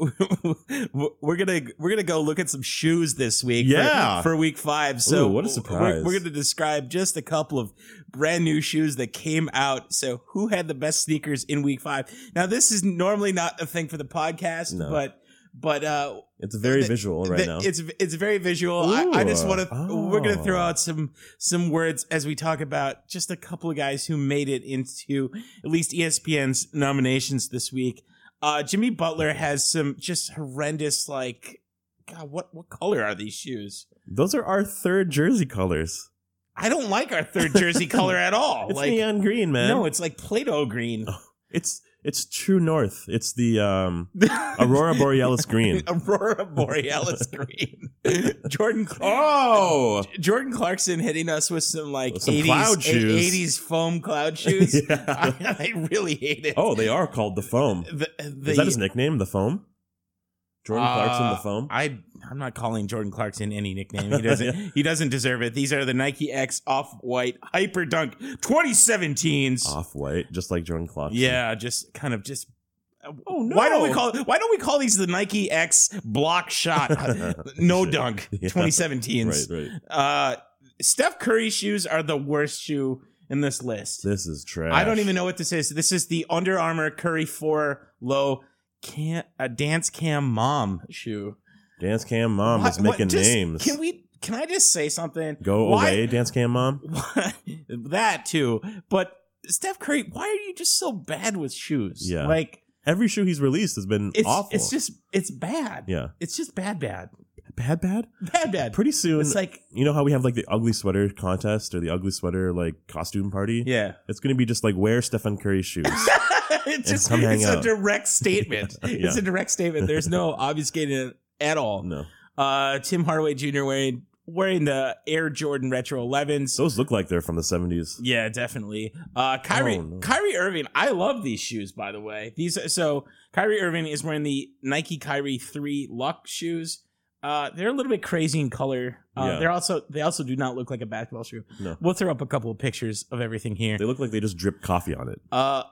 Speaker 5: we're gonna we're gonna go look at some shoes this week. for-
Speaker 6: Yeah.
Speaker 5: for, week five. So
Speaker 6: Ooh, what a
Speaker 5: we're-
Speaker 6: surprise.
Speaker 5: We're, gonna describe just a couple of brand new shoes that came out. So who had the best sneakers in week five? Now this is normally not a thing for the podcast,
Speaker 6: No.
Speaker 5: but but uh
Speaker 6: It's very
Speaker 5: the-
Speaker 6: visual right
Speaker 5: the-
Speaker 6: now.
Speaker 5: It's it's very visual. I, I just
Speaker 6: Ooh.
Speaker 5: want to. We're gonna
Speaker 6: Oh.
Speaker 5: throw out some some words as we talk about just a couple of guys who made it into at least E ESPN's nominations this week. Uh, Jimmy Butler has some just horrendous like. God, what what color are these shoes?
Speaker 6: Those are our third jersey colors.
Speaker 5: I don't like our third jersey color at all.
Speaker 6: It's
Speaker 5: like
Speaker 6: neon green, man.
Speaker 5: no, it's like Play-Doh green.
Speaker 6: it's it's true north. It's the um, Aurora Borealis green.
Speaker 5: Aurora Borealis green. Jordan
Speaker 6: Oh,
Speaker 5: Jordan Clarkson hitting us with some like
Speaker 6: Some
Speaker 5: 80s,
Speaker 6: cloud shoes.
Speaker 5: 80s foam cloud shoes.
Speaker 6: Yeah.
Speaker 5: I, I really hate it.
Speaker 6: oh, they are called the foam.
Speaker 5: The, the,
Speaker 6: Is that his nickname? The foam. Jordan Clarkson, the
Speaker 5: Uh,
Speaker 6: foam.
Speaker 5: I I'm not calling Jordan Clarkson any nickname. He doesn't he doesn't deserve it. These are the Nike X Off White Hyper Dunk 2017s.
Speaker 6: Off white, just like Jordan Clarkson.
Speaker 5: yeah, just kind of just.
Speaker 6: Oh no.
Speaker 5: Why don't we call Why don't we call these the Nike X Block Shot No
Speaker 6: Shit.
Speaker 5: Dunk
Speaker 6: Yeah.
Speaker 5: 2017s?
Speaker 6: Right, right.
Speaker 5: Uh, Steph Curry shoes are the worst shoe in this list.
Speaker 6: This is trash.
Speaker 5: I don't even know what this is. This is the Under Armour Curry Four Low Can a Dance Cam Mom shoe.
Speaker 6: Dance Cam Mom
Speaker 5: Why-
Speaker 6: is making
Speaker 5: what- just-
Speaker 6: names.
Speaker 5: Can we? Can I just say something?
Speaker 6: Go
Speaker 5: Why-
Speaker 6: away, Dance Cam Mom.
Speaker 5: that too, but Steph Curry, why are you just so bad with shoes?
Speaker 6: Yeah.
Speaker 5: like
Speaker 6: Every shoe he's released has been
Speaker 5: it's
Speaker 6: awful.
Speaker 5: it's just it's bad.
Speaker 6: Yeah.
Speaker 5: it's just bad, bad,
Speaker 6: bad, bad.
Speaker 5: bad, bad.
Speaker 6: Pretty soon,
Speaker 5: It's like
Speaker 6: you know how we have like the ugly sweater contest or the ugly sweater like costume party.
Speaker 5: yeah.
Speaker 6: It's gonna be just like wear Stefan Curry's shoes.
Speaker 5: it's just
Speaker 6: come hang
Speaker 5: it's a
Speaker 6: out.
Speaker 5: direct statement.
Speaker 6: Yeah.
Speaker 5: It's a direct statement. There's no obfuscating it at all.
Speaker 6: Oh, no,
Speaker 5: Uh, Tim Hardaway Jr. wearing wearing the Air Jordan Retro 11s.
Speaker 6: those look like they're from the seventies.
Speaker 5: Yeah, definitely. Uh, Kyrie,
Speaker 6: Oh, no.
Speaker 5: Kyrie Irving. I love these shoes, by the way. These so Kyrie Irving is wearing the Nike Kyrie Three Luck shoes. Uh, they're a little bit crazy in color. Uh,
Speaker 6: Yeah.
Speaker 5: They're also they also do not look like a basketball shoe.
Speaker 6: No.
Speaker 5: We'll throw up a couple of pictures of everything here.
Speaker 6: They look like they just drip coffee on it.
Speaker 5: Uh,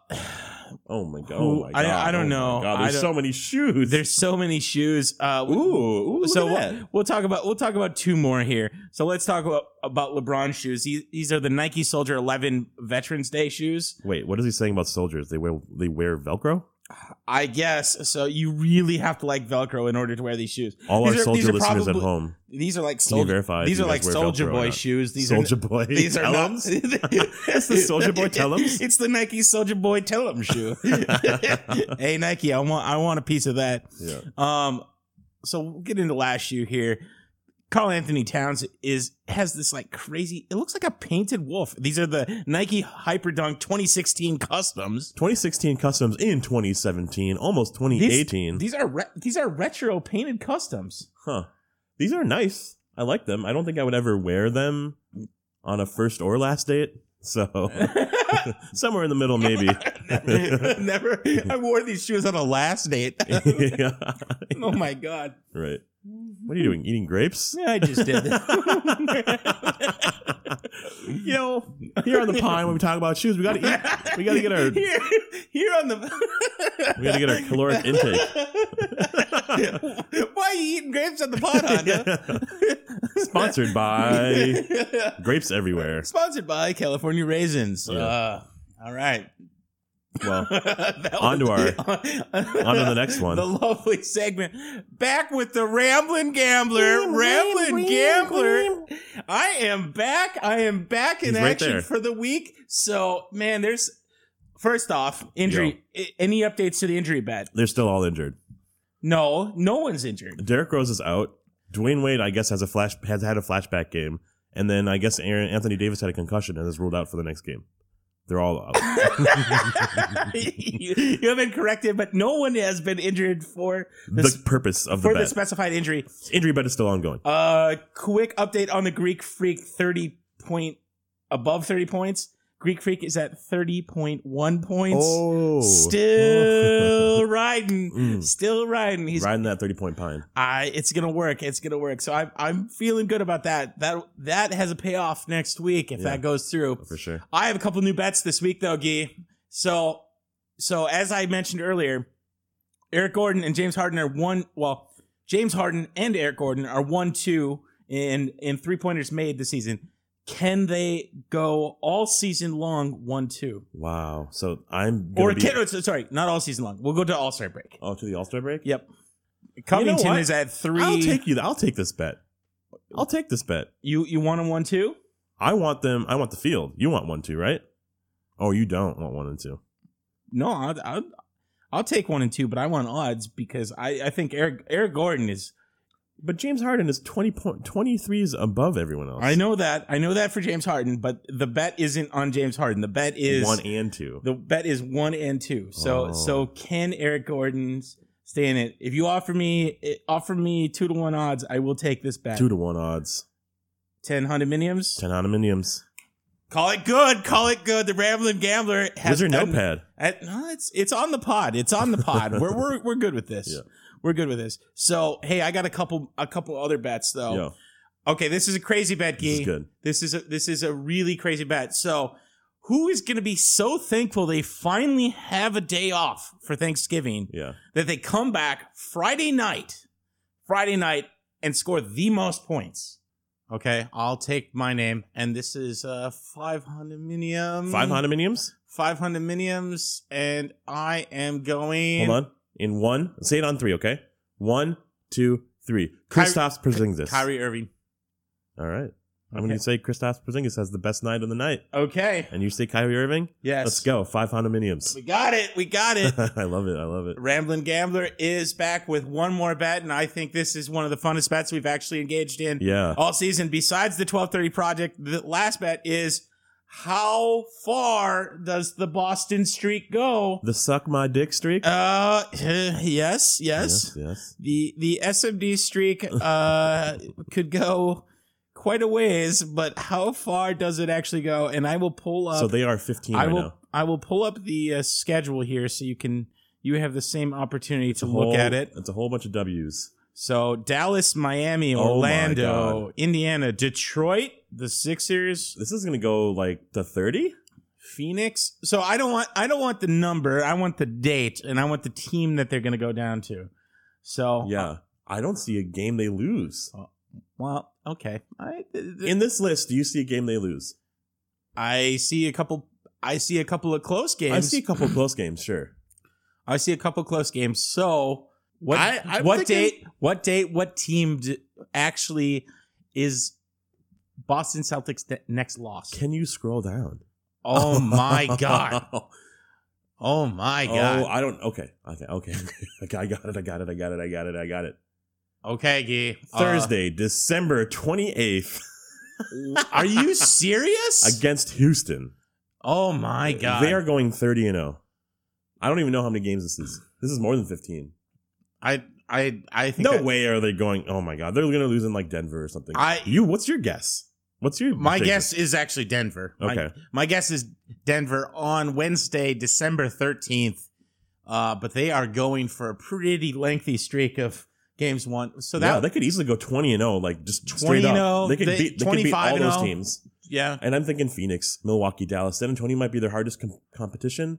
Speaker 6: Oh my god!
Speaker 5: Who-
Speaker 6: oh my
Speaker 5: I-
Speaker 6: god.
Speaker 5: I don't
Speaker 6: oh my
Speaker 5: know.
Speaker 6: God,
Speaker 5: I
Speaker 6: There's
Speaker 5: don't-
Speaker 6: so many shoes.
Speaker 5: there's so many shoes. Uh, we-
Speaker 6: ooh. ooh
Speaker 5: so
Speaker 6: look at
Speaker 5: we'll,
Speaker 6: that.
Speaker 5: we'll talk about we'll talk about two more here. So let's talk about about LeBron shoes. These, these are the Nike Soldier 11 Veterans Day shoes.
Speaker 6: Wait, what is he saying about soldiers? They wear they wear Velcro.
Speaker 5: I guess so. You really have to like Velcro in order to wear these shoes.
Speaker 6: All our
Speaker 5: These are- these
Speaker 6: soldier
Speaker 5: are
Speaker 6: listeners
Speaker 5: probably-
Speaker 6: at home,
Speaker 5: These are like
Speaker 6: can you
Speaker 5: soldier.
Speaker 6: verify? if
Speaker 5: These
Speaker 6: you
Speaker 5: are
Speaker 6: guys
Speaker 5: like
Speaker 6: wear
Speaker 5: soldier
Speaker 6: Velcro or
Speaker 5: boy
Speaker 6: not?
Speaker 5: shoes. These
Speaker 6: soldier
Speaker 5: are
Speaker 6: boy.
Speaker 5: these are not.
Speaker 6: Tellums?
Speaker 5: it's
Speaker 6: the Soulja Boy Tellums?
Speaker 5: It's the Nike soldier boy tellum shoe. hey Nike, I want I want a piece of that.
Speaker 6: Yeah.
Speaker 5: Um, so we'll get into last shoe here. Carl Anthony Towns is has this like crazy. It looks like a painted wolf. These are the Nike Hyperdunk 2016 customs.
Speaker 6: 2016 customs in 2017, almost
Speaker 5: These-
Speaker 6: 2018.
Speaker 5: These are re- these are retro painted customs.
Speaker 6: huh. These are nice. I like them. I don't think I would ever wear them on a first or last date. So somewhere in the middle, maybe.
Speaker 5: Never. I wore these shoes on a last date.
Speaker 6: yeah.
Speaker 5: oh my god!
Speaker 6: Right. What are you doing? Eating grapes?
Speaker 5: Yeah, I just did.
Speaker 6: you know, here on the pine when we talk about shoes, we gotta eat. We gotta get our we
Speaker 5: here, here on the.
Speaker 6: gotta get our caloric intake.
Speaker 5: Why are you eating grapes on the pod, Honda?
Speaker 6: Sponsored by grapes everywhere.
Speaker 5: Sponsored by California Raisins.
Speaker 6: Yeah.
Speaker 5: Uh, all right.
Speaker 6: Well,
Speaker 5: That was-
Speaker 6: On to our-
Speaker 5: on
Speaker 6: to the next one.
Speaker 5: The lovely segment. Back with the Ramblin' Gambler. Ramblin' Gambler. I am back. I am back in
Speaker 6: He's right
Speaker 5: action
Speaker 6: there.
Speaker 5: for the week. So, man, there's first off, injury. I- Any updates to the injury bet?
Speaker 6: they're still all injured.
Speaker 5: No, no one's injured.
Speaker 6: Derrick Rose is out. Dwayne Wade, I guess, has a flash has had a flashback game, and then I guess Aaron Anthony Davis had a concussion and is ruled out for the next game. They're all out.
Speaker 5: you, you have been corrected, but no one has been injured for
Speaker 6: the
Speaker 5: this.
Speaker 6: purpose of the
Speaker 5: for the
Speaker 6: bet.
Speaker 5: specified injury,
Speaker 6: Injury bet is still ongoing.
Speaker 5: Uh, quick update on the Greek Freak 30 point above 30 points. Greek Freak is at 30.1 points.
Speaker 6: Oh,
Speaker 5: Still riding.
Speaker 6: Mm.
Speaker 5: Still riding. He's
Speaker 6: riding that thirty point pine.
Speaker 5: I it's going to work. It's going to work. So I I'm feeling good about that. That that has a payoff next week if
Speaker 6: Yeah.
Speaker 5: that goes through.
Speaker 6: For sure.
Speaker 5: I have a couple new bets this week though, Gee. So so as I mentioned earlier, Eric Gordon and James Harden are one well, James Harden and Eric Gordon are one two in in three pointers made this season. Can they go all season long one two?
Speaker 6: Wow. So I'm gonna
Speaker 5: Or
Speaker 6: be,
Speaker 5: can, oh, so- sorry, not all season long. We'll go to All Star break.
Speaker 6: oh to the All Star break.
Speaker 5: Yep. Covington
Speaker 6: what?
Speaker 5: is at 3
Speaker 6: I'll take you. I'll take this bet. I'll take this bet.
Speaker 5: you you want him one two?
Speaker 6: I want them. I want the field. You want one two, right? Oh, you don't want one and two.
Speaker 5: No, I'll, I'll I'll take one and two, but I want odds because I I think Eric Eric Gordon is
Speaker 6: But James Harden is 20 point, 23s above everyone else.
Speaker 5: I know that. I know that for James Harden, but the bet isn't on James Harden. The bet is
Speaker 6: one and two.
Speaker 5: the bet is one and two. So
Speaker 6: Oh.
Speaker 5: so can Eric Gordon's stay in it? If you offer me it- offer me two to one odds, I will take this bet.
Speaker 6: Two to one odds.
Speaker 5: Ten hundred miniums.
Speaker 6: Ten aluminiums.
Speaker 5: Call it good. Call it good. The Rambling Gambler has
Speaker 6: Where's your
Speaker 5: done-
Speaker 6: notepad?
Speaker 5: I- no, it's it's on the pod. It's on the pod. we're we're we're good with this.
Speaker 6: Yeah.
Speaker 5: We're good with this. So hey, I got a couple a couple other bets though.
Speaker 6: Yo,
Speaker 5: Okay, this is a crazy bet, Gee.
Speaker 6: this is good.
Speaker 5: This is a this is a really crazy bet. So, who is going to be so thankful they finally have a day off for Thanksgiving
Speaker 6: Yeah.
Speaker 5: that they come back Friday night, Friday night, and score the most points? Okay, I'll take my name, and this is uh, five hundred
Speaker 6: Five condominiums?
Speaker 5: Five hundred miniums, and I am going.
Speaker 6: Hold on. In one, say it on three, okay? One, two, three.
Speaker 5: Kyrie-
Speaker 6: Kristaps Porzingis.
Speaker 5: Kyrie Irving.
Speaker 6: All right. I'm going
Speaker 5: Okay.
Speaker 6: to say Kristaps Porzingis has the best night of the night.
Speaker 5: Okay,
Speaker 6: And you say Kyrie Irving?
Speaker 5: Yes.
Speaker 6: Let's go. Five condominiums.
Speaker 5: we got it. We got it.
Speaker 6: I love it. I love it.
Speaker 5: Ramblin' Gambler is back with one more bet, and I think this is one of the funnest bets we've actually engaged in
Speaker 6: Yeah.
Speaker 5: all season. Besides the 1230 project, the last bet is how far does the Boston streak go?
Speaker 6: The suck my dick streak?
Speaker 5: Uh, yes, yes.
Speaker 6: yes. Yes.
Speaker 5: The the SMD streak uh could go quite a ways, but how far does it actually go? And I will pull up.
Speaker 6: So they are 15
Speaker 5: I
Speaker 6: right
Speaker 5: will
Speaker 6: now.
Speaker 5: I will pull up the uh, schedule here so you can you have the same opportunity to look
Speaker 6: Whole-
Speaker 5: at it.
Speaker 6: It's a whole bunch of W's.
Speaker 5: So Dallas, Miami,
Speaker 6: Oh my
Speaker 5: Orlando,
Speaker 6: God.
Speaker 5: Indiana, Detroit, the Sixers,
Speaker 6: This is going to go like to 30?
Speaker 5: Phoenix. So I don't want I don't want the number. I want the date and I want the team that they're going to go down to. So
Speaker 6: Yeah. I don't see a game they lose.
Speaker 5: well, okay. I th- th-
Speaker 6: In this list, do you see a game they lose?
Speaker 5: I see a couple I see a couple of close games.
Speaker 6: I see a couple close games, sure.
Speaker 5: I see a couple close games. So what?
Speaker 6: I- I'm
Speaker 5: what
Speaker 6: thinking-
Speaker 5: date? What date? What team d- actually is Boston Celtics ne- next loss?
Speaker 6: Can you scroll down?
Speaker 5: oh my god!
Speaker 6: oh,
Speaker 5: Oh my god!
Speaker 6: I don't. Okay, okay, okay. okay. I got it. I got it. I got it. I got it. I got it.
Speaker 5: okay, Gee. Uh,
Speaker 6: Thursday, December twenty eighth,
Speaker 5: are you serious?
Speaker 6: against Houston.
Speaker 5: oh my god!
Speaker 6: They are going thirty and zero. I don't even know how many games this is. This is more than fifteen.
Speaker 5: I I I think
Speaker 6: No
Speaker 5: that-
Speaker 6: way are they going. Oh my god, they're going to lose in like Denver or something.
Speaker 5: I-
Speaker 6: you. What's your guess? What's your
Speaker 5: My
Speaker 6: prediction?
Speaker 5: guess is actually Denver. My-
Speaker 6: Okay.
Speaker 5: My, guess is Denver on Wednesday, December 13th. Uh, but they are going for a pretty lengthy streak of games one. So that,
Speaker 6: yeah, they could easily go twenty and zero, like just straight
Speaker 5: 20 and 0,
Speaker 6: up. They could
Speaker 5: they-
Speaker 6: beat they could beat
Speaker 5: 25
Speaker 6: all
Speaker 5: and oh.
Speaker 6: those
Speaker 5: 0.
Speaker 6: teams.
Speaker 5: yeah.
Speaker 6: And I'm thinking Phoenix, Milwaukee, Dallas. San Antonio might be their hardest com- competition.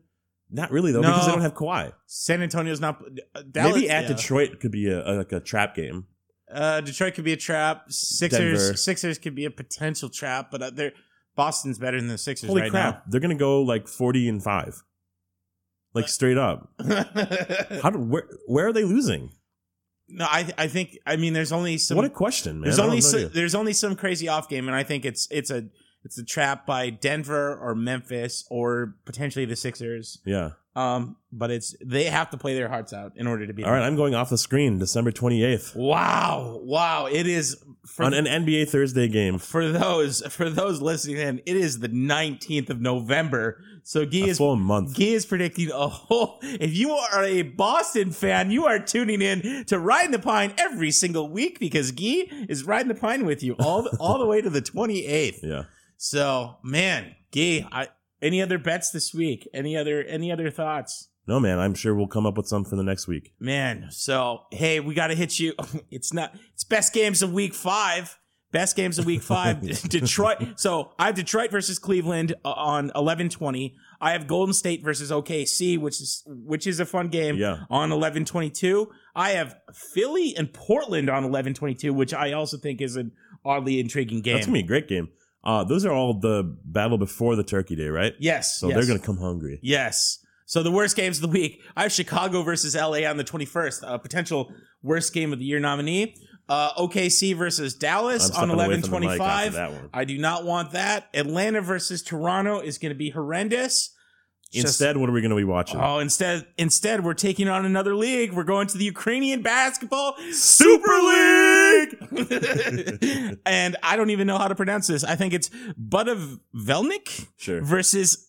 Speaker 6: Not really though,
Speaker 5: No.
Speaker 6: because they don't have Kawhi.
Speaker 5: San Antonio's not. uh, Dallas,
Speaker 6: Maybe at
Speaker 5: yeah.
Speaker 6: Detroit could be a, a- like a trap game.
Speaker 5: Uh, Detroit could be a trap. Sixers,
Speaker 6: Denver.
Speaker 5: Sixers could be a potential trap, but uh, they're, Boston's better than the Sixers
Speaker 6: Holy
Speaker 5: right
Speaker 6: crap! They're gonna go like 40 and five, like straight up.
Speaker 5: uh, now.
Speaker 6: How do, where where are they losing?
Speaker 5: no, I I think I mean there's only some
Speaker 6: what a question, man!
Speaker 5: There's
Speaker 6: I don't
Speaker 5: only
Speaker 6: know
Speaker 5: so,
Speaker 6: you.
Speaker 5: there's only some crazy off game, and I think it's it's a it's a trap by Denver or Memphis or potentially the Sixers.
Speaker 6: yeah.
Speaker 5: Um, but it's they have to play their hearts out in order to beat.
Speaker 6: All right,
Speaker 5: them.
Speaker 6: I'm going off the screen. December 28th
Speaker 5: Wow, wow! It is for
Speaker 6: on an NBA Thursday game.
Speaker 5: for those for those listening in. It is the 19th of November, so Gee
Speaker 6: A
Speaker 5: is
Speaker 6: full month.
Speaker 5: Gee is predicting a whole. If you are a Boston fan, you are tuning in to Riding the Pine every single week because Gee is riding the pine with you all the, all the way to the 28th.
Speaker 6: yeah.
Speaker 5: So, man, Gee, I, any other bets this week? Any other any other thoughts?
Speaker 6: No, man. I'm sure we'll come up with some for the next week.
Speaker 5: Man, so hey, we got to hit you. It's not it's best games of week 5. Best games of week 5. Detroit. So, I have Detroit versus Cleveland uh, on 11:20. I have Golden State versus OKC, which is which is a fun game
Speaker 6: Yeah.
Speaker 5: on 11:22. I have Philly and Portland on 11:22, which I also think is an oddly intriguing game.
Speaker 6: That's gonna be a great game. Uh, those are all the battle before the Turkey Day, right?
Speaker 5: Yes.
Speaker 6: So
Speaker 5: yes.
Speaker 6: they're gonna come hungry.
Speaker 5: Yes. So the worst games of the week. I have Chicago versus LA on the 21st, a potential worst game of the year nominee. Uh, OKC versus Dallas on
Speaker 6: stepping away from the mic
Speaker 5: 11:25.
Speaker 6: after That one.
Speaker 5: I do not want that. Atlanta versus Toronto is going to be horrendous. Just-
Speaker 6: Instead, what are we going to be watching?
Speaker 5: oh, instead, instead we're taking on another league. We're going to the Ukrainian basketball Super League. and I don't even know how to pronounce this. I think it's Budovelnik
Speaker 6: sure.
Speaker 5: versus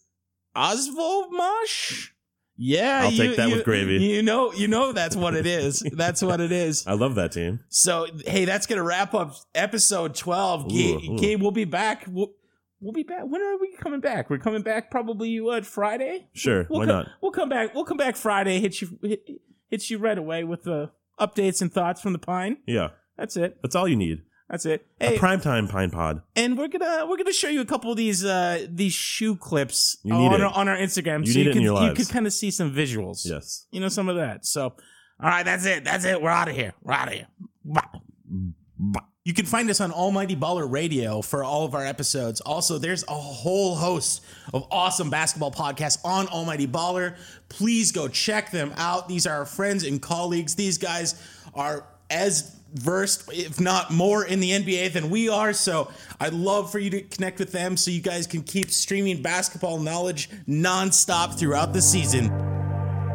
Speaker 5: Osvolmash. Yeah,
Speaker 6: I'll
Speaker 5: you-
Speaker 6: take that
Speaker 5: you-
Speaker 6: with gravy.
Speaker 5: You know, you know that's what it is. that's what it is.
Speaker 6: I love that team.
Speaker 5: So hey, that's gonna wrap up episode twelve. Gee,
Speaker 6: Ooh, ooh.
Speaker 5: Gee, we'll be back. We'll,
Speaker 10: We'll be back. When are we coming back? We're coming back probably what Friday.
Speaker 6: Sure,
Speaker 10: We'll
Speaker 6: why
Speaker 10: co-
Speaker 6: not?
Speaker 10: We'll come back. We'll come back Friday. Hit you. Hit, hit you right away with the updates and thoughts from the Pine.
Speaker 6: Yeah,
Speaker 10: That's it.
Speaker 6: that's all you need.
Speaker 10: That's it.
Speaker 6: A
Speaker 10: Hey,
Speaker 6: primetime Pine Pod.
Speaker 10: and we're gonna we're gonna show you a couple of these uh these shoe clips
Speaker 6: You need
Speaker 10: on,
Speaker 6: it.
Speaker 10: Our, on our Instagram.
Speaker 6: You
Speaker 10: so you
Speaker 6: need it in
Speaker 10: can
Speaker 6: your
Speaker 10: you
Speaker 6: lives.
Speaker 10: can kind of see some visuals.
Speaker 6: Yes.
Speaker 10: you know some of that. So, all right, that's it. That's it. We're out of here. We're out of here. Bye.
Speaker 5: You can find us on Almighty Baller Radio for all of our episodes. Also, there's a whole host of awesome basketball podcasts on Almighty Baller. Please go check them out. These are our friends and colleagues. These guys are as versed, if not more, in the NBA than we are. So I'd love for you to connect with them so you guys can keep streaming basketball knowledge nonstop throughout the season.